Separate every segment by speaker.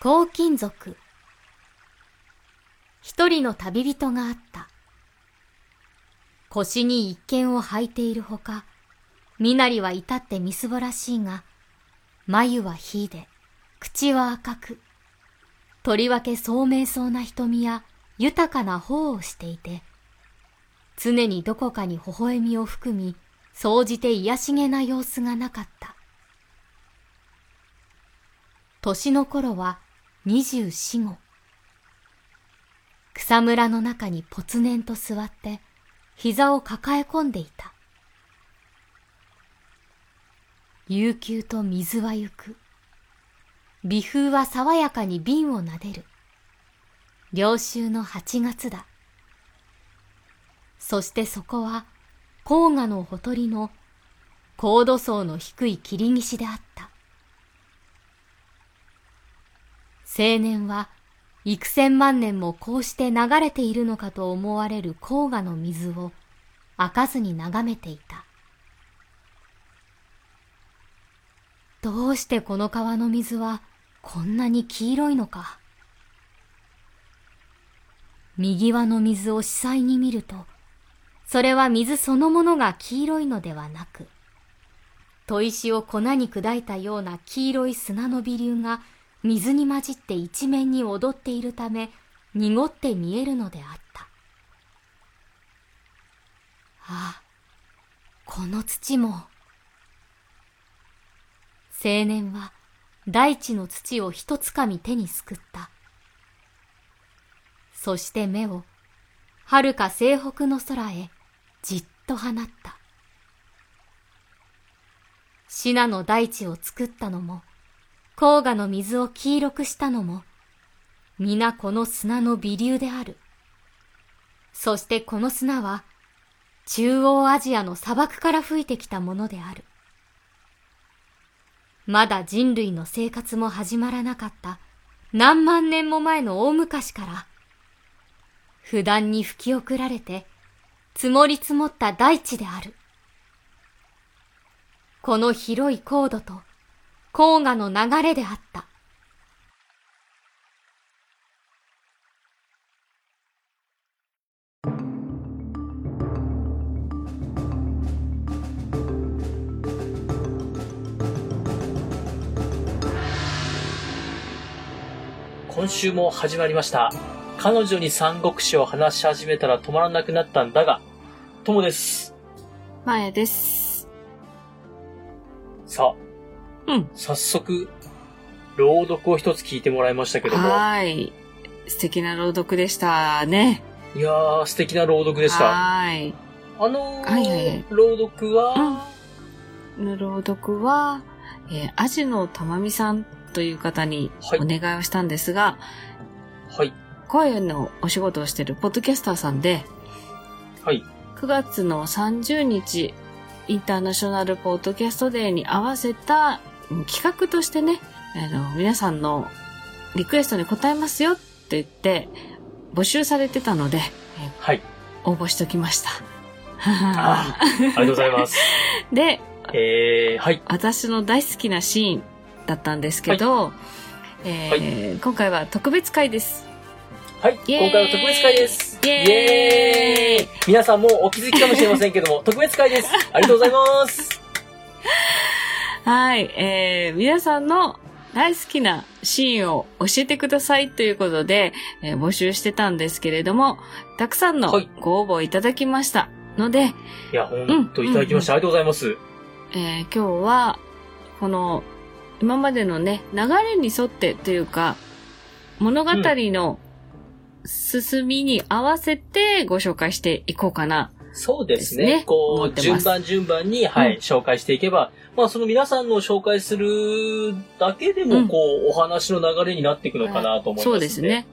Speaker 1: 黄金族一人の旅人があった腰に一剣を履いているほか身なりは至ってみすぼらしいが眉は火で口は赤くとりわけ聡明そうな瞳や豊かな頬をしていて常にどこかに微笑みを含み総じて癒しげな様子がなかった年の頃は二十四五。草むらの中にぽつねんと座って、膝を抱え込んでいた。悠久と水はゆく。微風は爽やかに瓶をなでる。涼秋の八月だ。そしてそこは、黄河のほとりの、高度層の低い霧岸であった。青年は幾千万年もこうして流れているのかと思われる黄河の水を開かずに眺めていた。どうしてこの川の水はこんなに黄色いのか。右輪の水を子細に見ると、それは水そのものが黄色いのではなく、砥石を粉に砕いたような黄色い砂の微粒が水に混じって一面に踊っているため濁って見えるのであった。ああ、この土も。青年は大地の土をひとつかみ手にすくった。そして目を遥か西北の空へじっと放った。シナの大地を作ったのも、黄河の水を黄色くしたのも、皆この砂の微粒である。そしてこの砂は、中央アジアの砂漠から吹いてきたものである。まだ人類の生活も始まらなかった何万年も前の大昔から、不断に吹き送られて、積もり積もった大地である。この広い高度と、黄河の流れであった。
Speaker 2: 今週も始まりました。彼女に三国志を話し始めたら止まらなくなったんだが、ともです。
Speaker 3: 前です。
Speaker 2: さあ、
Speaker 3: うん
Speaker 2: 早速、朗読を一つ聞いてもらいましたけども、
Speaker 3: はーい。素敵な朗読でしたね。
Speaker 2: いやー、素敵な朗読でした。
Speaker 3: はーい。
Speaker 2: あのー
Speaker 3: はいはいはい
Speaker 2: 朗読は、
Speaker 3: の朗読は、えー、アジのたまみさんという方に
Speaker 2: はい
Speaker 3: お願いをしたんですが、
Speaker 2: はい、
Speaker 3: 声のお仕事をしているポッドキャスターさんで、
Speaker 2: はい、
Speaker 3: 9月の30日、インターナショナルポッドキャストデーに合わせたうん企画としてね、あの、皆さんのリクエストに応えますよって言って、募集されてたので、
Speaker 2: はい。
Speaker 3: 応募しときました。
Speaker 2: あーありがとうございます。
Speaker 3: で、
Speaker 2: えー、はい、
Speaker 3: 私の大好きなシーンだったんですけど、えー今回は特別会です。
Speaker 2: はい、
Speaker 3: イエーイ
Speaker 2: 今回は特別会です。
Speaker 3: イエーイ
Speaker 2: イエーイ皆さんもうお気づきかもしれませんけども、 特別会です。ありがとうございます。
Speaker 3: はい、えー皆さんの大好きなシーンを教えてくださいということで、えー募集してたんですけれども、たくさんの
Speaker 2: はい
Speaker 3: ご応募いただきましたので、
Speaker 2: いや、ほんといただきまして、ありがとうございます。
Speaker 3: えー今日は、この、今までのね、流れに沿ってというか、物語の進みに合わせてご紹介していこうかな。
Speaker 2: そうです
Speaker 3: で
Speaker 2: ね。
Speaker 3: すね
Speaker 2: こ
Speaker 3: 思っ
Speaker 2: う、
Speaker 3: てま
Speaker 2: 順
Speaker 3: す
Speaker 2: 番順番に、はい、
Speaker 3: うん
Speaker 2: 紹介していけば、まあ、その皆さんの紹介するだけで
Speaker 3: う
Speaker 2: も、
Speaker 3: ん
Speaker 2: こう、お話の流れになっていくのかなと思います、
Speaker 3: そうです。ね。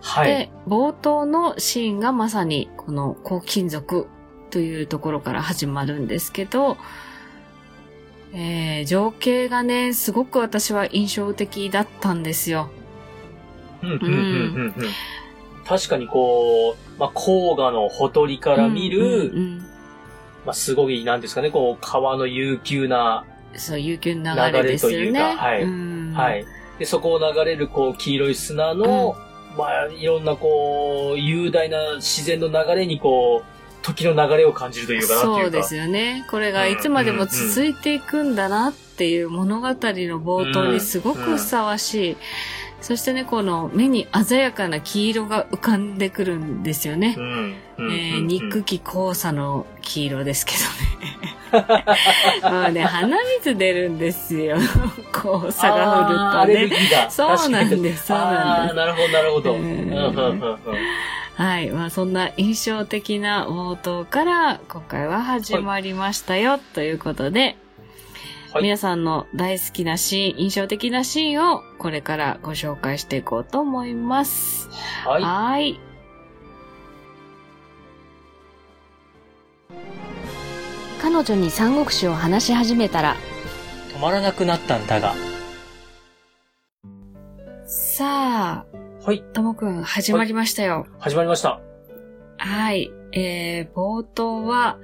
Speaker 2: はい。
Speaker 3: で、冒頭のシーンがまさにこの抗金属というところから始まるんですけど、えー情景がね、すごく私は印象的だったんですよ。
Speaker 2: うん、うん、うん、うん。うん確かにこう、まあ、黄河のほとりから見る、
Speaker 3: うんうんうん
Speaker 2: まあ、すごい、なんですかね、こう、川の悠久な、
Speaker 3: そう、悠久の流れですよね。
Speaker 2: 流れというかはい
Speaker 3: ん
Speaker 2: はい。で、そこを流れるこう黄色い砂の、まあいろんなこう雄大な自然の流れにこう時の流れを感じるというかなって
Speaker 3: そ
Speaker 2: いうう
Speaker 3: で
Speaker 2: か。
Speaker 3: すよね。これがいつまでも続いていくんだなっていう物語の冒頭にすごくふさわしい。そしてね、この目に鮮やかな黄色が浮かんでくるんですよね
Speaker 2: う。ん。うん
Speaker 3: えー
Speaker 2: うん
Speaker 3: 憎き黄砂の黄色ですけ どね。もうね、鼻水出るんですよ。黄砂
Speaker 2: あ
Speaker 3: が
Speaker 2: ーア
Speaker 3: 降
Speaker 2: レル
Speaker 3: る
Speaker 2: ギ
Speaker 3: とね。
Speaker 2: ーだ。
Speaker 3: そうなん
Speaker 2: 確かに
Speaker 3: です、そうなん
Speaker 2: あー
Speaker 3: です。
Speaker 2: なるほど、なるほど。
Speaker 3: う
Speaker 2: うんんうんうんうん
Speaker 3: はい。まあ、そんな印象的な冒頭から、今回は始まりましたよ、ということで、
Speaker 2: はい
Speaker 3: 皆さんの大好きなシーン、印象的なシーンを、これからご紹介していこうと思います。
Speaker 2: はい。
Speaker 3: はい。彼女に三国志を話し始めたら、
Speaker 2: 止まらなくなったんだが。
Speaker 3: さあ、
Speaker 2: はい。
Speaker 3: ともくん、始まりましたよ。
Speaker 2: 始まりました。
Speaker 3: はい。えー、冒頭は、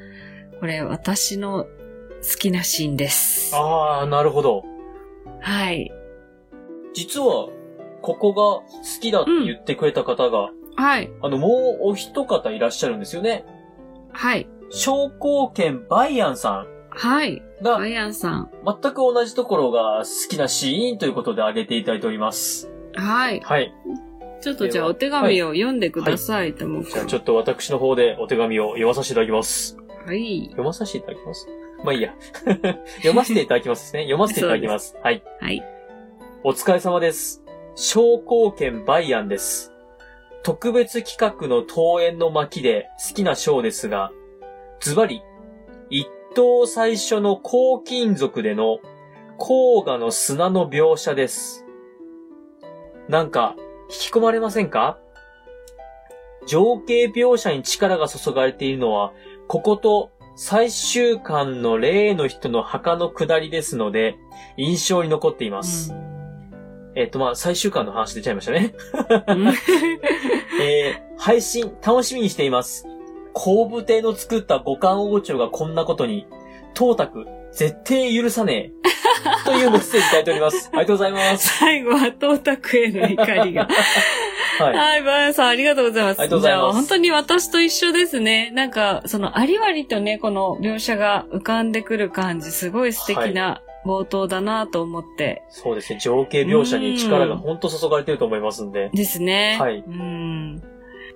Speaker 3: これ私の好きなシーンです。
Speaker 2: ああ、なるほど。
Speaker 3: はい。
Speaker 2: 実は、ここが好きだって言ってくれた方が、
Speaker 3: はい。
Speaker 2: あの、もうお一方いらっしゃるんですよね。
Speaker 3: はい。
Speaker 2: 商工券バイアンさ
Speaker 3: はい。
Speaker 2: んが
Speaker 3: ア、イアンさん。
Speaker 2: 全く同じところが好きなシーンということで挙げていただいております。
Speaker 3: はい。
Speaker 2: はい。
Speaker 3: ちょっとじ
Speaker 2: で
Speaker 3: ゃあ
Speaker 2: は
Speaker 3: お手紙を読んでください、ともく
Speaker 2: じゃあ
Speaker 3: ん。
Speaker 2: ちょっと私の方でお手紙を読まさせていただきます。
Speaker 3: はい。
Speaker 2: 読まさせていただきますまあいいや。 読ませていただきますですね。読ませていただきます。はい。
Speaker 3: はい。
Speaker 2: お疲れ様です。商工券バイアンです。特別企画の登園の巻で好きな章ですが、ズバリ、一等最初の黄金属での黄河の砂の描写です。なんか、引き込まれませんか情景描写に力が注がれているのは、ここと最終巻の例の人の墓の下りですので、印象に残っています。えっと、まあ、最終巻の話出ちゃいましたね。
Speaker 3: うん
Speaker 2: えー配信楽しみにしています。工部帝の作った五感王朝がこんなことに、董卓、絶対許さねえ。というメッセージいただいております。ありがとうございます。
Speaker 3: 最後は董卓への怒りが。
Speaker 2: はい。
Speaker 3: はい、バイアンさん、ありがとうございます。
Speaker 2: ありがとうございます
Speaker 3: じゃあ、本当に私と一緒ですね。なんか、その、ありわりとね、この描写が浮かんでくる感じ、すごい素敵な冒頭だなと思って。
Speaker 2: そうですね。情景描写に力がほんと注がれてると思いますんで。
Speaker 3: ですね。
Speaker 2: はい
Speaker 3: うん。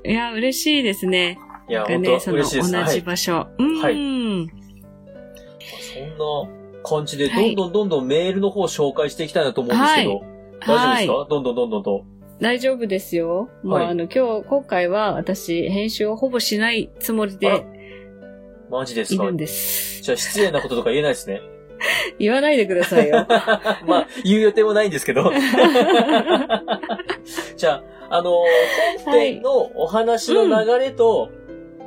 Speaker 3: いや、嬉しいですね。
Speaker 2: いや、
Speaker 3: なんか
Speaker 2: 本当
Speaker 3: ね、その、
Speaker 2: 嬉しいです。
Speaker 3: 同
Speaker 2: は
Speaker 3: じ
Speaker 2: い。
Speaker 3: 場所。うん。
Speaker 2: そんな感じで、どんどんどんどんメールの方紹介していきたいなと思うんですけど、大丈夫ですか、どんどんどんどんと。
Speaker 3: 大丈夫ですよ。もう、
Speaker 2: はい
Speaker 3: あの、今日、今回は私、編集をほぼしないつもり
Speaker 2: あ
Speaker 3: で
Speaker 2: らマジです
Speaker 3: い
Speaker 2: か
Speaker 3: るんです。
Speaker 2: じゃあ失礼なこととか言えないですね。
Speaker 3: 言わないでくださ いよ。
Speaker 2: まあ、言う予定もないんですけ ど。じゃあ、あのー本編のお話の流れと、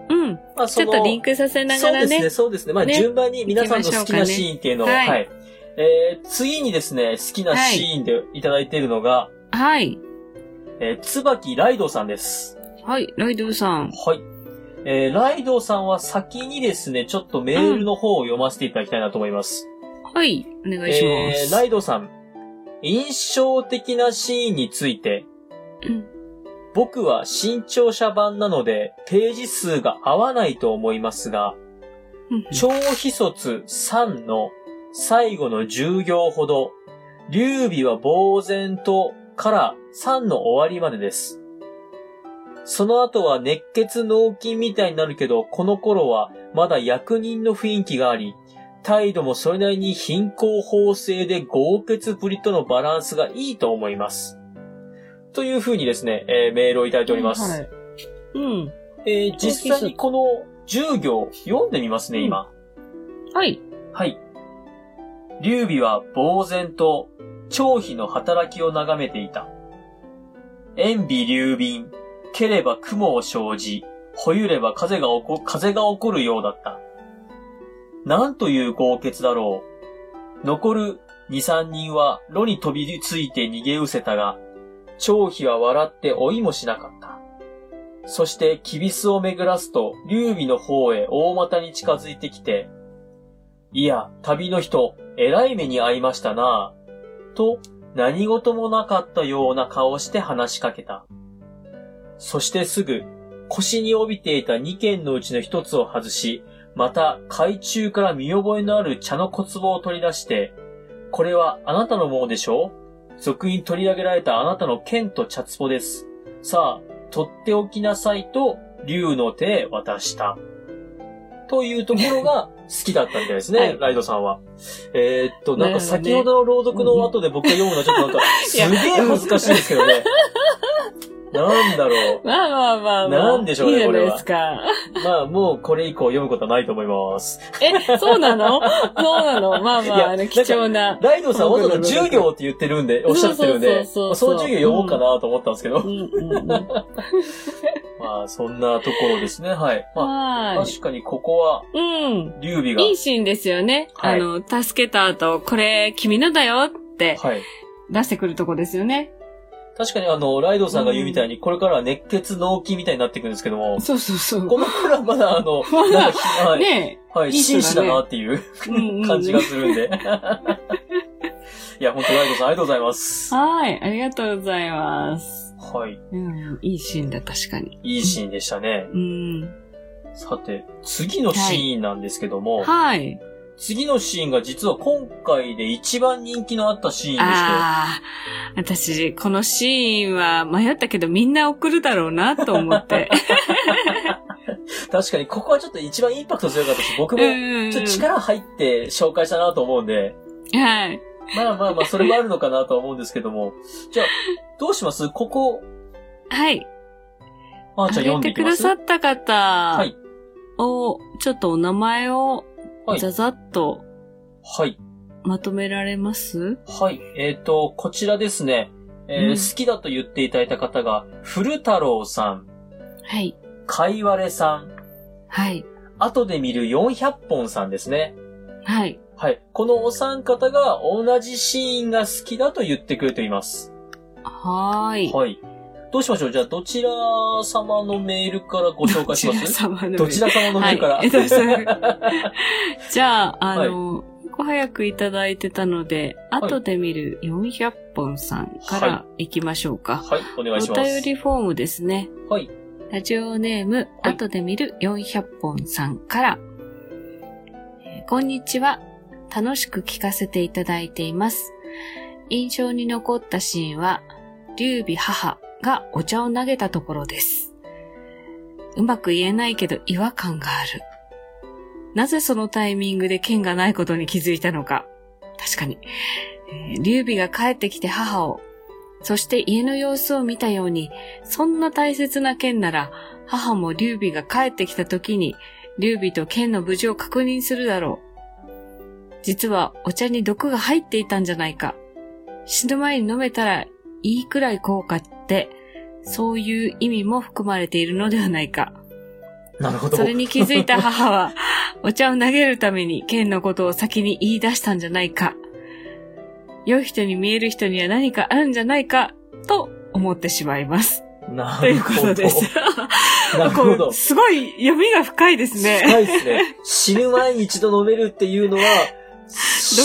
Speaker 3: うん。
Speaker 2: まあ、
Speaker 3: ちょっとリンクさせながら
Speaker 2: そうですね、
Speaker 3: ね。
Speaker 2: そうですね。まあ、
Speaker 3: ね
Speaker 2: 順番に皆さんの好きな
Speaker 3: 行きましょうかね
Speaker 2: シーンっていうのを、
Speaker 3: はい
Speaker 2: はい。えー、次にですね、好きなシーンでいただいているのが、
Speaker 3: はい。
Speaker 2: えー、椿ライドさんです。
Speaker 3: はい、ライドウさん。
Speaker 2: はい。えー、ライドさんは先にですね、ちょっとメールの方を読ませていただきたいなと思います。
Speaker 3: はい、お願いしま
Speaker 2: え
Speaker 3: す。
Speaker 2: ーライドさん、印象的なシーンについて、
Speaker 3: うん
Speaker 2: 僕は新潮社版なのでページ数が合わないと思いますが、
Speaker 3: うん
Speaker 2: 超秘卒3の最後の10行ほど、劉備は呆然とから3の終わりまでです。その後は熱血脳筋みたいになるけど、この頃はまだ役人の雰囲気があり、態度もそれなりに貧困法制で豪傑ぶりとのバランスがいいと思います。というふうにですね、えーメールをいただいております。
Speaker 3: はいうん。
Speaker 2: えー実際にこの10行読んでみますね、
Speaker 3: うん
Speaker 2: 今。
Speaker 3: はい。
Speaker 2: はい。劉備は呆然と張飛の働きを眺めていた。塩ビ流便、蹴れば雲を生じ、ほゆれば風が起こ、風が起こるようだった。なんという豪傑だろう。残る二三人は炉に飛びついて逃げ失せたが、張飛は笑って追いもしなかった。そして、キビスを巡らすと、劉備の方へ大股に近づいてきて、いや、旅の人、えらい目に遭いましたなあと、何事もなかったような顔して話しかけた。そしてすぐ、腰に帯びていた2件のうちの1つを外し、また海中から見覚えのある茶の小壺を取り出して、これはあなたのものでしょう俗に取り上げられたあなたの剣と茶壺です。さあ、取っておきなさいと、竜の手へ渡した。というところが好きだったみたいですね、
Speaker 3: はい
Speaker 2: ライドさんは。えーっと、なんか
Speaker 3: なるほどね
Speaker 2: 先ほどの朗読の後で僕が読むのはちょっとなんか、す
Speaker 3: い
Speaker 2: げえ
Speaker 3: や
Speaker 2: 恥ずかしいですけどね。なんだろう。
Speaker 3: まあまあまあまあ。
Speaker 2: なんでしょうね
Speaker 3: いいじゃ
Speaker 2: こ
Speaker 3: な
Speaker 2: れ
Speaker 3: い
Speaker 2: は
Speaker 3: ですか。
Speaker 2: まあ、もうこれ以降読むことはないと思います。
Speaker 3: え、そうなのそうなのまあま
Speaker 2: いや
Speaker 3: あ、あの、貴重な。
Speaker 2: ライドさん、
Speaker 3: わ
Speaker 2: わ
Speaker 3: か
Speaker 2: ざ
Speaker 3: る
Speaker 2: わざ10行って言ってるんで、おっしゃってるんで、
Speaker 3: そうそうそうそう
Speaker 2: まあその10行読もうかなと思ったんですけど、
Speaker 3: うんうんうん。
Speaker 2: まあ、そんなところですね、はい。まあ、
Speaker 3: はい。
Speaker 2: 確かにここは、
Speaker 3: うん。
Speaker 2: 劉備が、
Speaker 3: いいシーンですよね。
Speaker 2: はい
Speaker 3: あの、助けた後、これ、君のだよって
Speaker 2: はい。
Speaker 3: 出してくるとこですよね。
Speaker 2: 確かにあの、ライドさんが言うみたいに、これからは熱血脳筋みたいになっていくんですけども、
Speaker 3: そうそうそう。
Speaker 2: この頃はまだあの、
Speaker 3: まだ
Speaker 2: なんかはい、
Speaker 3: ね
Speaker 2: はい、
Speaker 3: いい人
Speaker 2: 紳
Speaker 3: だね
Speaker 2: 士だなっていう
Speaker 3: え。うんうん
Speaker 2: 感じがするん で。いや、本当ライドさん、ありがとうございます。
Speaker 3: はい。ありがとうございます。
Speaker 2: はい。
Speaker 3: うん。いいシーンだ、確かに。
Speaker 2: いいシーンでしたね。
Speaker 3: うん。
Speaker 2: さて、次のシーンなんですけども、
Speaker 3: はい。
Speaker 2: 次のシーンが実は今回で一番人気のあったシーンでして、
Speaker 3: ああ。私、このシーンは迷ったけど、みんな送るだろうなと思 って。
Speaker 2: 確かにここはちょっと一番インパクト強かったし、僕
Speaker 3: う
Speaker 2: も
Speaker 3: ん。
Speaker 2: ちょっと力入って紹介したなと思うんで、
Speaker 3: はい。
Speaker 2: まあまあまあ、それもあるのかなとは思うんですけども、じゃあ、どうしますここ、
Speaker 3: はい。
Speaker 2: まー、ちゃん読
Speaker 3: あ
Speaker 2: んで
Speaker 3: げて
Speaker 2: いき
Speaker 3: く
Speaker 2: ま
Speaker 3: だ
Speaker 2: す
Speaker 3: さった方
Speaker 2: はい。
Speaker 3: を、ちょっとお名前を
Speaker 2: はい
Speaker 3: ざ。ざっと
Speaker 2: はい。
Speaker 3: まとめられます
Speaker 2: はい。えっ、と、こちらですね、えー
Speaker 3: うん
Speaker 2: 好きだと言っていただいた方が、古太郎さん、
Speaker 3: はい。
Speaker 2: かいわれさん、
Speaker 3: はい。
Speaker 2: 後で見る400本さんですね。
Speaker 3: はい。
Speaker 2: はい。このお三方が同じシーンが好きだと言ってくれています。
Speaker 3: はーい。
Speaker 2: はい。どうしましょうじゃあ、どちら様のメールからご紹介し ます
Speaker 3: 様の
Speaker 2: どちら様のメールから。
Speaker 3: はいえどう したじゃあ、あの、ご早くいただいてたので、
Speaker 2: い
Speaker 3: 後で見る400本さんから行きましょうか。
Speaker 2: はい、お願いし
Speaker 3: お
Speaker 2: ます。
Speaker 3: 便りフォームですね。
Speaker 2: はい。
Speaker 3: ラジオネーム、
Speaker 2: はい
Speaker 3: 後で見る400本さんから、えーこんにちは。楽しく聞かせていただいています。印象に残ったシーンは、劉備母がお茶を投げたところです。うまく言えないけど違和感がある。なぜそのタイミングで剣がないことに気づいたのか。確かに。えー劉備が帰ってきて母を、そして家の様子を見たように、そんな大切な剣なら、母も劉備が帰ってきた時に、劉備と剣の無事を確認するだろう。実はお茶に毒が入っていたんじゃないか。死ぬ前に飲めたらいいくらい効果って、そういう意味も含まれているのではないか。
Speaker 2: なるほど。
Speaker 3: それに気づいた母は、お茶を投げるために剣のことを先に言い出したんじゃないか。良い人に見える人には何かあるんじゃないか、と思ってしまいます。
Speaker 2: な
Speaker 3: とい
Speaker 2: る
Speaker 3: うこ
Speaker 2: ほど。
Speaker 3: とです。
Speaker 2: なるほ
Speaker 3: こ
Speaker 2: ど
Speaker 3: う。すごい読みが深いですね。
Speaker 2: 深いですね。死ぬ前に一度飲めるっていうのは、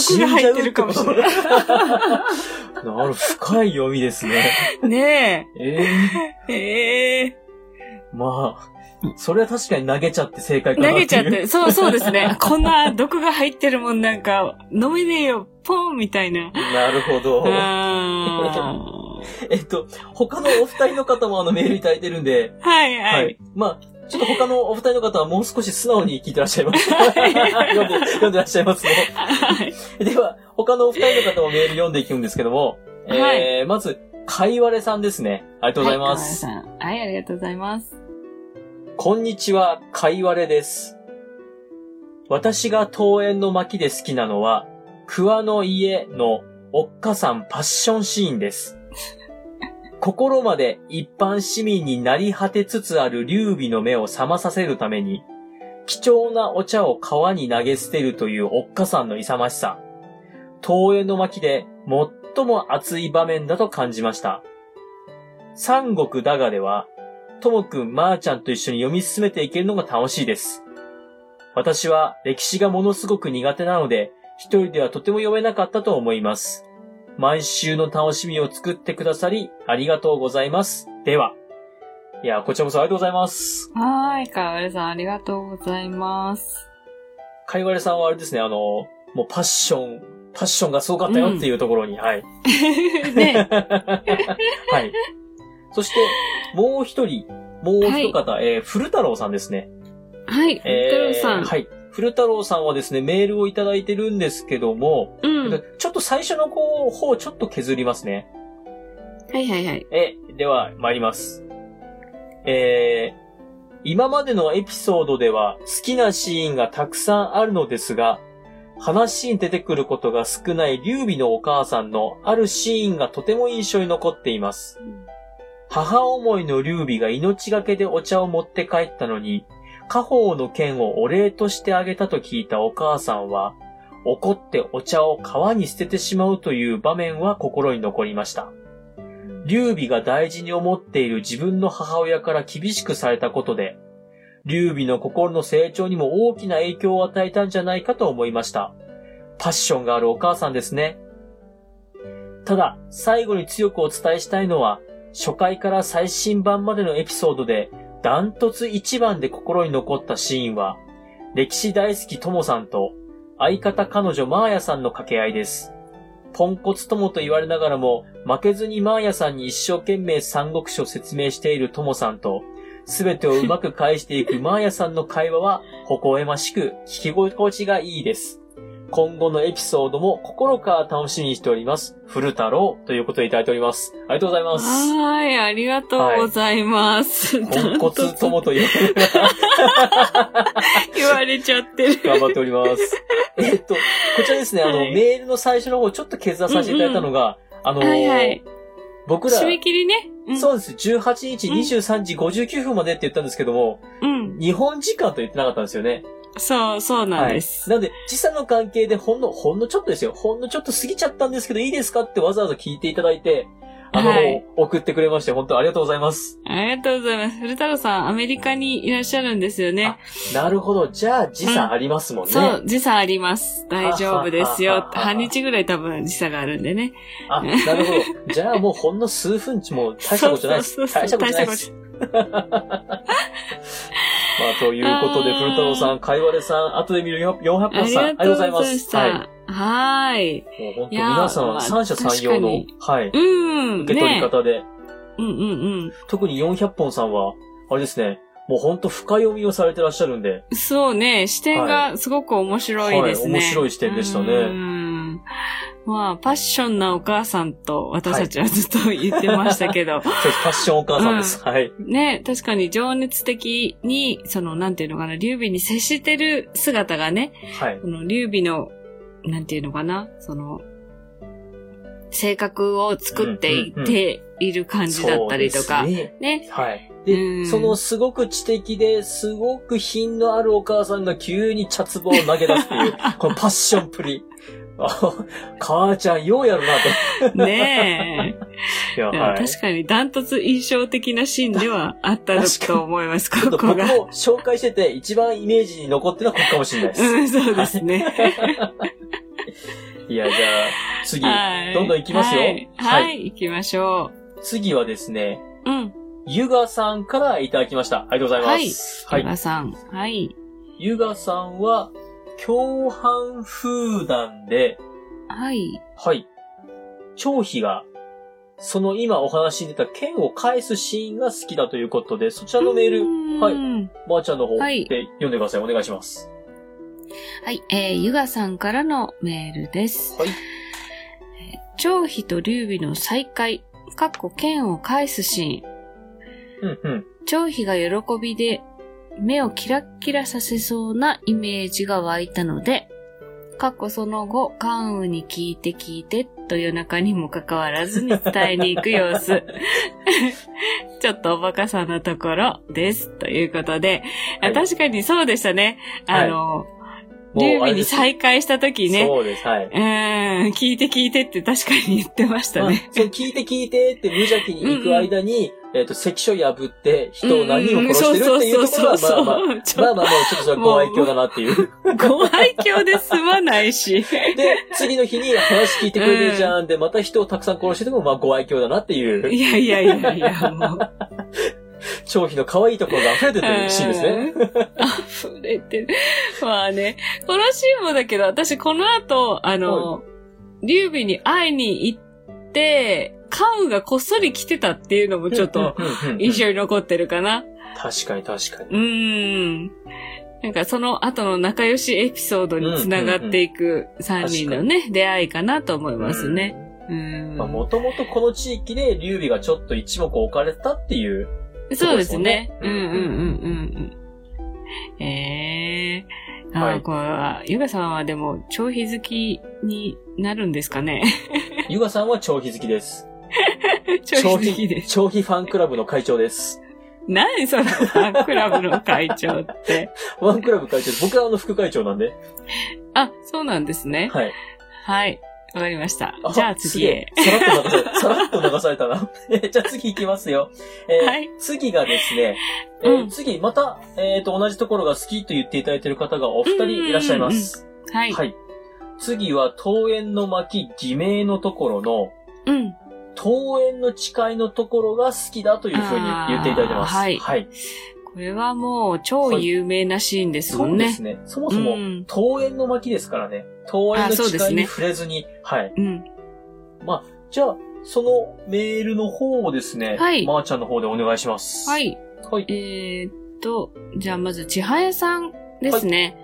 Speaker 3: 毒が入ってるかもしれない
Speaker 2: 死んじゃうってこと。なる深い読みですね。
Speaker 3: ね
Speaker 2: ええ
Speaker 3: え。ええ
Speaker 2: まあ、それは確かに投げちゃって正解かな
Speaker 3: 投
Speaker 2: ってい
Speaker 3: げ
Speaker 2: う。
Speaker 3: ちゃって、そうそうですね。 こんな毒が入ってるもんなんか、飲めねえよ、ポンみたいな。
Speaker 2: なるほど。
Speaker 3: あ
Speaker 2: えっと、他のお二人の方もあのメールいただいてるんで、
Speaker 3: ーはいはい。。
Speaker 2: まあ、ちょっと他のお二人の方はもう少し素直に聞いてらっしゃいます。 読んで、読んでらっしゃいますね。
Speaker 3: はい。
Speaker 2: では、他のお二人の方もメール読んでいくんですけども、
Speaker 3: は
Speaker 2: えー、まず、かいわれさんですね。ありがとうございます。
Speaker 3: はい河原さんはい、ありがとうございます。
Speaker 2: こんにちは、かいわれです。私が桃園の巻で好きなのは、桑の家のおっかさんパッションシーンです。心まで一般市民になり果てつつある劉備の目を覚まさせるために、貴重なお茶を川に投げ捨てるというおっかさんの勇ましさ。桃園の巻で最も熱い場面だと感じました。三国だがでは、ともくん、まーちゃんと一緒に読み進めていけるのが楽しいです。私は歴史がものすごく苦手なので、一人ではとても読めなかったと思います。毎週の楽しみを作ってくださり、ありがとうございます。では。いや、こちらこそありがとうございます。
Speaker 3: はーい、かわれさんありがとうござい ます。
Speaker 2: かいわれさんはあれですね、あの、もうパッション、パッションがすごかったよっていうところに、はい。
Speaker 3: ね、
Speaker 2: はい。そして、もう一人、もう一方、えー、古太郎さんですね。
Speaker 3: はい、ふ
Speaker 2: えー
Speaker 3: っとろさん。
Speaker 2: はい。古太郎さんはですね、メールをいただいてるんですけども、
Speaker 3: うん。は
Speaker 2: ちょっと最初のこう方、ちょっと削りますね。
Speaker 3: いはいはい。
Speaker 2: え、では、参ります。えー、今までのエピソードでは好きなシーンがたくさんあるのですが、話に出てくることが少ない劉備のお母さんのあるシーンがとても印象に残っています。母思いの劉備が命がけでお茶を持って帰ったのに、家宝の剣をお礼としてあげたと聞いたお母さんは、怒ってお茶を川に捨ててしまうという場面は心に残りました。劉備が大事に思っている自分の母親から厳しくされたことで、劉備の心の成長にも大きな影響を与えたんじゃないかと思いました。パッションがあるお母さんですね。ただ、最後に強くお伝えしたいのは、初回から最新版までのエピソードで、ダントツ一番で心に残ったシーンは、歴史大好きともさんと、相方彼女マーヤさんの掛け合いです。ポンコツともと言われながらも、負けずにマーヤさんに一生懸命三国志を説明しているともさんと、すべてをうまく返していくマーヤさんの会話は、微笑ましく、聞き心地がいいです。今後のエピソードも心から楽しみにしております。古太郎ということでいただいております。ありがとうございます。
Speaker 3: はーい、ありがとうございます。
Speaker 2: ポンコツともと言われながら
Speaker 3: 言われちゃってる。
Speaker 2: 頑張っており ます。えっと、こちらですね、あの、
Speaker 3: はい
Speaker 2: メールの最初の方、ちょっと決断させていただいたのが、あのー
Speaker 3: はいはい。
Speaker 2: 僕ら、
Speaker 3: 締め切りね。うん
Speaker 2: そうです、18日23時59分までって言ったんですけども、
Speaker 3: うん。
Speaker 2: 日本時間と言ってなかったんですよね。
Speaker 3: そう、そうなんです。
Speaker 2: はい。なんで、時差の関係でほんの、ほんのちょっとですよ。ほんのちょっと過ぎちゃったんですけど、いいですかってわざわざ聞いていただいて、あの、
Speaker 3: はい
Speaker 2: 送ってくれまして、本当ありがとうございます。
Speaker 3: ありがとうございます。古太郎さん、アメリカにいらっしゃるんですよね。
Speaker 2: なるほど。じゃあ、時
Speaker 3: う
Speaker 2: 差
Speaker 3: ん
Speaker 2: ありますもんね。
Speaker 3: そう、時差あります。大丈夫です
Speaker 2: はは
Speaker 3: よ。
Speaker 2: はは
Speaker 3: 半日ぐらい多分時差があるんでね。
Speaker 2: あ、なるほど。じゃあもうほんの数分ちもう大したことじゃないです
Speaker 3: そう。そうそう
Speaker 2: 大したことじゃないです。 まあ、ということで、
Speaker 3: あー
Speaker 2: 古太郎さん、かいわれさん、後で見るよ400
Speaker 3: あ
Speaker 2: 本
Speaker 3: り
Speaker 2: さん、ありがと
Speaker 3: が
Speaker 2: う
Speaker 3: と
Speaker 2: ござ
Speaker 3: うござ
Speaker 2: い
Speaker 3: い
Speaker 2: ま。
Speaker 3: ますした。
Speaker 2: はい。
Speaker 3: はーい。
Speaker 2: もう本当
Speaker 3: いやー
Speaker 2: 皆さん
Speaker 3: ま
Speaker 2: は
Speaker 3: あ
Speaker 2: 三者三様の、
Speaker 3: 確
Speaker 2: はい、
Speaker 3: うん。
Speaker 2: 受け取り
Speaker 3: ね。
Speaker 2: 方で、
Speaker 3: うんうん
Speaker 2: 特に400本さんは、あれですね、もう本当深読みをされてらっしゃるん で、
Speaker 3: うん。そうね、視点がすごく面白いですね。
Speaker 2: はい面白い視点でしたね
Speaker 3: うん。まあ、パッションなお母さんと私たちはずっと言ってました けど、
Speaker 2: そうですパッションお母さんです。はい。
Speaker 3: ね、確かに情熱的に、その、なんていうのかな、劉備に接してる姿がね、
Speaker 2: はい。
Speaker 3: この劉備の、なんていうのかな、その、性格を作っていっている感じだったりとか、
Speaker 2: そうですね
Speaker 3: ね。
Speaker 2: はい。
Speaker 3: う
Speaker 2: で、
Speaker 3: ん
Speaker 2: そのすごく知的で、すごく品のあるお母さんが急に茶壺を投げ出すって いう、このパッションプリ。あ 母ちゃんようやるなと。
Speaker 3: ね
Speaker 2: いや、
Speaker 3: え。でも
Speaker 2: はい。ち
Speaker 3: 確かにダントツ印象的なシーンではあったと思います、
Speaker 2: ょっ
Speaker 3: ことこ
Speaker 2: 僕
Speaker 3: が。
Speaker 2: も紹介してて、一番イメージに残ってるのはここかもしれないで
Speaker 3: う
Speaker 2: す。
Speaker 3: ん、そうですね。
Speaker 2: いや、じゃあ、次、
Speaker 3: はい。
Speaker 2: どんどん行きますよ。
Speaker 3: はい、はい、行きましょ
Speaker 2: 次はですね、
Speaker 3: う。うん。
Speaker 2: ゆがさんからいただきました。ありがとうございます。
Speaker 3: 岩、さん。はい。
Speaker 2: ゆがさんは、共犯風談で、
Speaker 3: はい。
Speaker 2: はい。張飛が、その今お話に出た剣を返すシーンが好きだということで、そちらのメール、はい
Speaker 3: い。
Speaker 2: まー、ちゃんの方
Speaker 3: は
Speaker 2: で
Speaker 3: い
Speaker 2: 読んでください。お願いします。
Speaker 3: はい、えー、ゆがさんからのメールです。
Speaker 2: はい。
Speaker 3: 張飛と劉備の再会、かっこ剣を返すシーン。
Speaker 2: うんうん。
Speaker 3: 張飛が喜びで、目をキラッキラさせそうなイメージが湧いたので、かっこその後、関羽に聞いて聞いて、と夜中にもかかわらずに伝えに行く様子。 ちょっとおバカさなところです。ということで、あ
Speaker 2: はい
Speaker 3: 確かにそうでしたね。あの、劉
Speaker 2: あ
Speaker 3: 備
Speaker 2: れ
Speaker 3: に
Speaker 2: です
Speaker 3: 再会した時ね、。
Speaker 2: そうです、はいう
Speaker 3: ーん、聞いて聞いてって確かに言ってましたね。
Speaker 2: まあそう聞いて聞いてって無邪気に行く間に、えっと、関所破って人を何人も殺してるっていうところは、まあまあ、
Speaker 3: んそうそうそうそうち
Speaker 2: ま
Speaker 3: ょ
Speaker 2: あまあもうちょっとそれはご愛嬌だなっていう。
Speaker 3: っとご愛嬌で済まな いし。
Speaker 2: で、次の日に話聞いてくれねえじゃんで、また人をたくさん殺してても、まあご愛嬌だなっていう、
Speaker 3: いやいやいやいや、もう。
Speaker 2: 張飛の可愛いところが溢れてるシーンですね。
Speaker 3: うん。溢れてる。まあね。このシーンもだけど、私この後、あの、劉備に会いに行って、関羽がこっそり来てたっていうのもちょっと
Speaker 2: うんうんうんうん、
Speaker 3: 印象に残ってるかな。
Speaker 2: 確かに確かに。
Speaker 3: うーん。なんかその後の仲良しエピソードにつながっていく3人のね、出会いかなと思いますね。うーん。
Speaker 2: まあもともとこの地域で劉備がちょっと一目置かれてたっていう。
Speaker 3: そうですね。
Speaker 2: そううん
Speaker 3: う
Speaker 2: で
Speaker 3: ん
Speaker 2: す
Speaker 3: う
Speaker 2: よね
Speaker 3: んうんうん。ええー。ああ、
Speaker 2: はい
Speaker 3: これは、ゆがさんはでも、超非好きになるんですかね。
Speaker 2: ゆがさんは長飛好きです。
Speaker 3: 超非好きです。
Speaker 2: 長飛ファンクラブの会長です。
Speaker 3: 何その ファンクラブの会長って。
Speaker 2: ファンクラブ会長です。僕はあの副会長なんで。
Speaker 3: あ、そうなんですね。
Speaker 2: はい。
Speaker 3: はい。わかりました。じゃあ次へ。。
Speaker 2: すげえさらっと流され、さらっと流されたな。 えじゃあ次行きますよ。えー
Speaker 3: はい
Speaker 2: 次がですね、えー
Speaker 3: うん
Speaker 2: 次、また、えっ、と、同じところが好きと言っていただいている方がお二人いらっしゃいます。
Speaker 3: はい。
Speaker 2: はい。次は、桃園の巻偽名のところの、
Speaker 3: うん。
Speaker 2: 桃園の誓いのところが好きだというふうに言っていただいてます。
Speaker 3: あーはい
Speaker 2: はい。
Speaker 3: これはもう、超有名なシーンですも
Speaker 2: そうんで
Speaker 3: ね
Speaker 2: す。ね。そもそも、
Speaker 3: ん。
Speaker 2: 桃園の巻ですからね。桃園
Speaker 3: あそう
Speaker 2: の
Speaker 3: で
Speaker 2: 誓
Speaker 3: す
Speaker 2: いに
Speaker 3: ね
Speaker 2: 触れずに、はい。
Speaker 3: うん。
Speaker 2: まあ、じゃあ、そのメールの方をですね、
Speaker 3: はい
Speaker 2: まー、ちゃんの方でお願いします。
Speaker 3: は。い。
Speaker 2: はい。
Speaker 3: えーっと、じゃあまず、千早さんですね。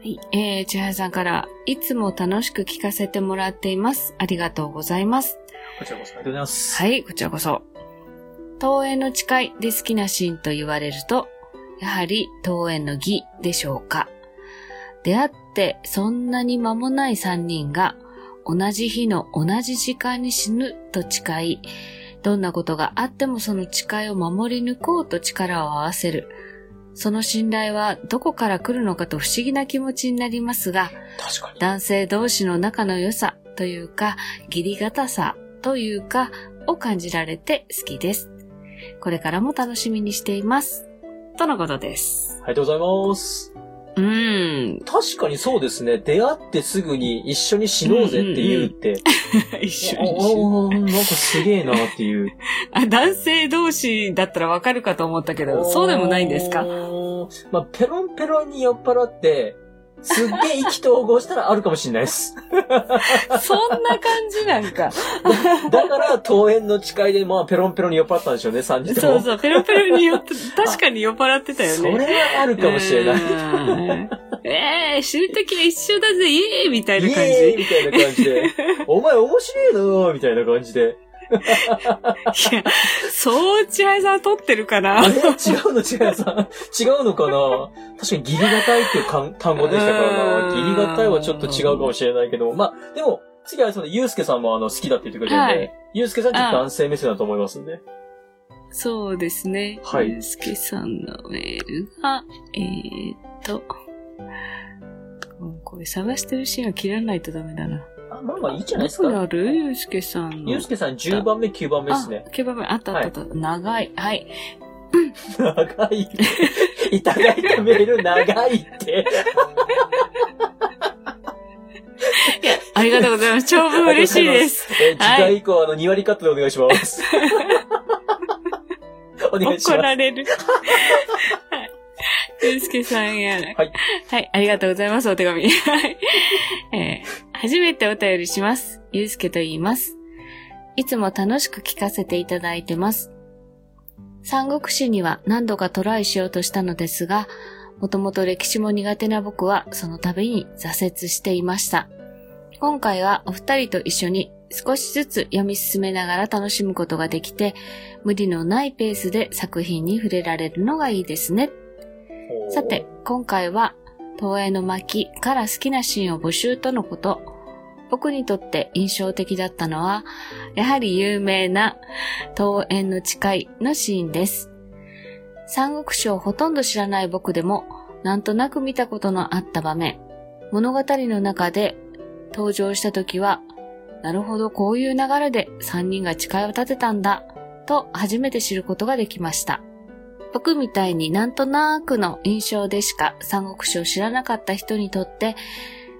Speaker 3: はい。えー、千早さんから、いつも楽しく聞かせてもらっています。ありがとうございます。
Speaker 2: こちらこそありがとうございます。
Speaker 3: はい、こちらこそ。桃園の誓いで好きなシーンと言われると、やはり桃園の儀でしょうか。出会ってそんなに間もない三人が、同じ日の同じ時間に死ぬと誓い、どんなことがあってもその誓いを守り抜こうと力を合わせる。その信頼はどこから来るのかと不思議な気持ちになりますが、
Speaker 2: 確かに。
Speaker 3: 男性同士の仲の良さというか、義理堅さというか、を感じられて好きです。これからも楽しみにしています。とのことです。
Speaker 2: ありがとうございます。
Speaker 3: うーん。
Speaker 2: 確かにそうですね。出会ってすぐに一緒に死のうぜって言うって。
Speaker 3: 一緒
Speaker 2: おおおなんかすげえなっていう。
Speaker 3: あ、男性同士だったらわかるかと思ったけど、そうでもないんですか
Speaker 2: おーまあ、ペロンペロンに酔っ払って、すっげえ意気投合したらあるかもしれない です。
Speaker 3: そんな感じなんか。
Speaker 2: だから、桃園の誓いで、まあ、ペロンペロンに酔っ払ったんでしょうね、3人と
Speaker 3: そ
Speaker 2: も。
Speaker 3: うそう、ペロペロに酔って、確かに酔っ払ってたよね。
Speaker 2: それはあるかもしれない。
Speaker 3: ない。えー、死ぬ時は一緒だぜ、イエーイみたいな
Speaker 2: イ
Speaker 3: 感
Speaker 2: エーイ
Speaker 3: じ。
Speaker 2: みたいな感 じで。お前面白いなーみたいな感じで。
Speaker 3: いや、そう、千早さん撮ってるかな
Speaker 2: あれ違うの違うさ。違うのかな確かにギリがたいっていうかん単語でしたから
Speaker 3: う
Speaker 2: な。
Speaker 3: ー
Speaker 2: ギリ
Speaker 3: ん
Speaker 2: がたいはちょっと違うかもしれないけど。まあ、でも、次はその、ゆうすけさんもあの、好きだって言ってくれてるん
Speaker 3: は
Speaker 2: で
Speaker 3: い、
Speaker 2: ゆうすけさんちょっと男性目線だと思いますんで。
Speaker 3: そうですね。
Speaker 2: はい
Speaker 3: ゆうすけさんのメールが、えー、っと、うんこれ探してるシーンは切らないとダメだな。
Speaker 2: あまあまあいいじゃない
Speaker 3: ど
Speaker 2: です
Speaker 3: こにあ
Speaker 2: か。
Speaker 3: るゆうすけさんの。
Speaker 2: ゆうすけさん10番目、9番目ですね
Speaker 3: あ、。9番目、あったあったあった。長い。はい。
Speaker 2: 長い。 いただいたメール長いって。
Speaker 3: ありがとうござい ます。長文 嬉しいです。
Speaker 2: えー。次回以降、あの、2割カットでお願いします。 お願いし
Speaker 3: 怒
Speaker 2: ます。。
Speaker 3: られる。はいゆうすけさんや。はいはい、ありがとうございます、お手紙。はい。えー初めてお便りします。ゆうすけと言います。いつも楽しく聞かせていただいてます。三国志には何度かトライしようとしたのですが、もともと歴史も苦手な僕はその度に挫折していました。今回はお二人と一緒に少しずつ読み進めながら楽しむことができて、無理のないペースで作品に触れられるのがいいですね。さて、今回は、東映の巻から好きなシーンを募集とのこと。僕にとって印象的だったのは、やはり有名な、東園の誓いのシーンです。三国志をほとんど知らない僕でも、なんとなく見たことのあった場面、物語の中で登場した時は、なるほどこういう流れで3人が誓いを立てたんだ、と初めて知ることができました。僕みたいになんとなくの印象でしか三国志を知らなかった人にとって、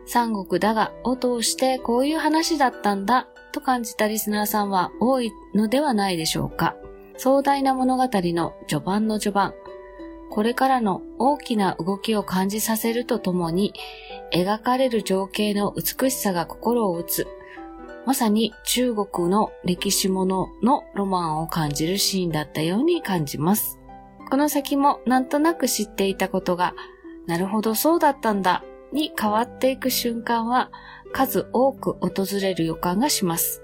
Speaker 3: 三国だがを通してこういう話だったんだと感じたリスナーさんは多いのではないでしょうか。壮大な物語の序盤の序盤、これからの大きな動きを感じさせるとともに、描かれる情景の美しさが心を打つ、まさに中国の歴史もののロマンを感じるシーンだったように感じます。この先もなんとなく知っていたことが、なるほどそうだったんだに変わっていく瞬間は数多く訪れる予感がします。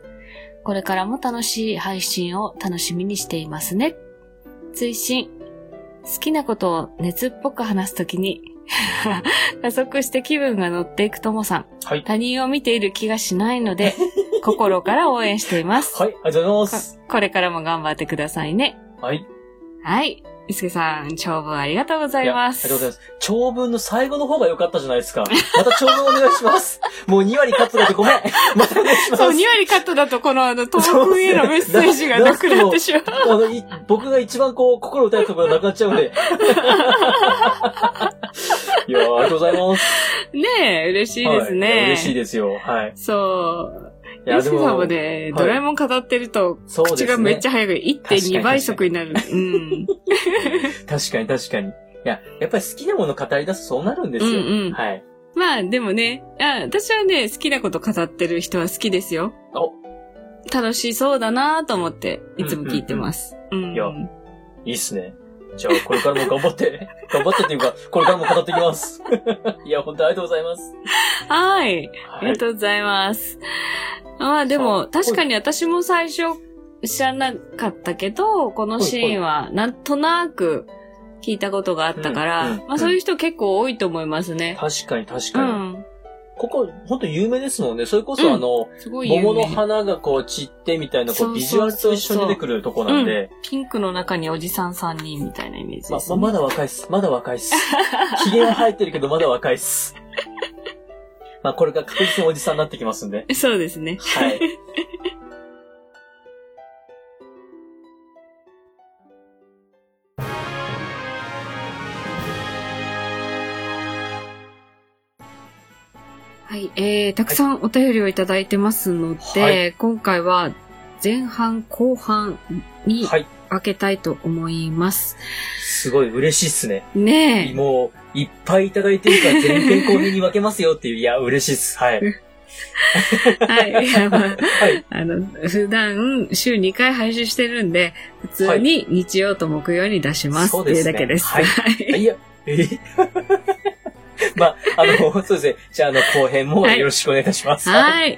Speaker 3: これからも楽しい配信を楽しみにしていますね。追伸好きなことを熱っぽく話すときに、 加速して気分が乗っていくともさん。
Speaker 2: はい。
Speaker 3: 他人を見ている気がしないので、心から応援しています。
Speaker 2: はい、ありがとうご
Speaker 3: こ
Speaker 2: ざいます。
Speaker 3: これからも頑張ってくださいね。
Speaker 2: はい。
Speaker 3: はい。伊助さん、長文ありがとうござ
Speaker 2: い
Speaker 3: い
Speaker 2: や
Speaker 3: ます。
Speaker 2: ありがとうございます。長文の最後の方が良かったじゃないですか。また長文お願いし ます。もう2割カットだってごめん。 またお願いします。
Speaker 3: そう、2割カットだと、この、あの、トークへのメッセージがなくなってしまう。
Speaker 2: あの、い僕が一番こう、心打たれたところがなくなっちゃ うんで。いやーありがとうございます。
Speaker 3: ねえ、嬉しいですね。
Speaker 2: はい嬉しいですよ。はい。
Speaker 3: そう。
Speaker 2: い
Speaker 3: 伊助さんもね、
Speaker 2: い
Speaker 3: ドラえもん語ってると、
Speaker 2: そうですね
Speaker 3: 口がめっちゃ速く、
Speaker 2: 確か
Speaker 3: 1.2
Speaker 2: に
Speaker 3: 倍速になる。うん。
Speaker 2: 確かに確かに。いや、やっぱり好きなもの語り出すとそうなるんですよ。
Speaker 3: うんうん
Speaker 2: はい。
Speaker 3: まあ、でもね、あ私はね、好きなこと語ってる人は好きですよ。
Speaker 2: お
Speaker 3: 楽しそうだなと思って、いつも聞いてます。うん
Speaker 2: んいやいいっすね。じゃあ、これからも頑張って、頑張ってっていうか、これからも語っていきます。 いや、本当ありがとうございます。
Speaker 3: はい。あ
Speaker 2: は
Speaker 3: りがとうございます。まあでも、
Speaker 2: そう
Speaker 3: 確かに私も最初知らなかったけど、このシーンはなんとなく聞いたことがあったか
Speaker 2: うん
Speaker 3: ら
Speaker 2: う、ん
Speaker 3: まあそういう人結構多いと思いますね。
Speaker 2: 確かに確
Speaker 3: う
Speaker 2: かに。
Speaker 3: ん。
Speaker 2: ここ、本当有名ですもんね。それこそ、
Speaker 3: うん
Speaker 2: あの、
Speaker 3: すごい有名
Speaker 2: 桃の花がこう散ってみたいな、こ
Speaker 3: そううそうそうそう
Speaker 2: ビジュアルと一緒に出てくるとこなんで、
Speaker 3: ピンクの中におじさん3人みたいなイメージ
Speaker 2: ま
Speaker 3: で
Speaker 2: あ
Speaker 3: す
Speaker 2: まあ
Speaker 3: ね。
Speaker 2: まだ若いっす。まだ若いっ す。ひげは生えてるけど、まだ若いっす。まあ、これが確実におじさんになってきますんで。
Speaker 3: そうですね。
Speaker 2: はい。
Speaker 3: はい、えー、たくさんお便りをいただいてますので、
Speaker 2: は
Speaker 3: 今回は前半後半に
Speaker 2: はい。
Speaker 3: 分けたいと思います。
Speaker 2: すごい嬉しいっすね。
Speaker 3: ねえ。
Speaker 2: もう、いっぱいいただいてるから、全編後編に分けますよっていう、いや、嬉しいっす。はい。
Speaker 3: はい。いやまあ
Speaker 2: はい。
Speaker 3: あの、普段週2回配信してるんで、普通に日曜と木曜に出します
Speaker 2: そう
Speaker 3: って
Speaker 2: で
Speaker 3: いう
Speaker 2: すね
Speaker 3: だけです。
Speaker 2: はい
Speaker 3: はい。
Speaker 2: いや、え まあ、あの、そうですね。じゃあ、あの、後編もよろしくお願いいたします。
Speaker 3: はい。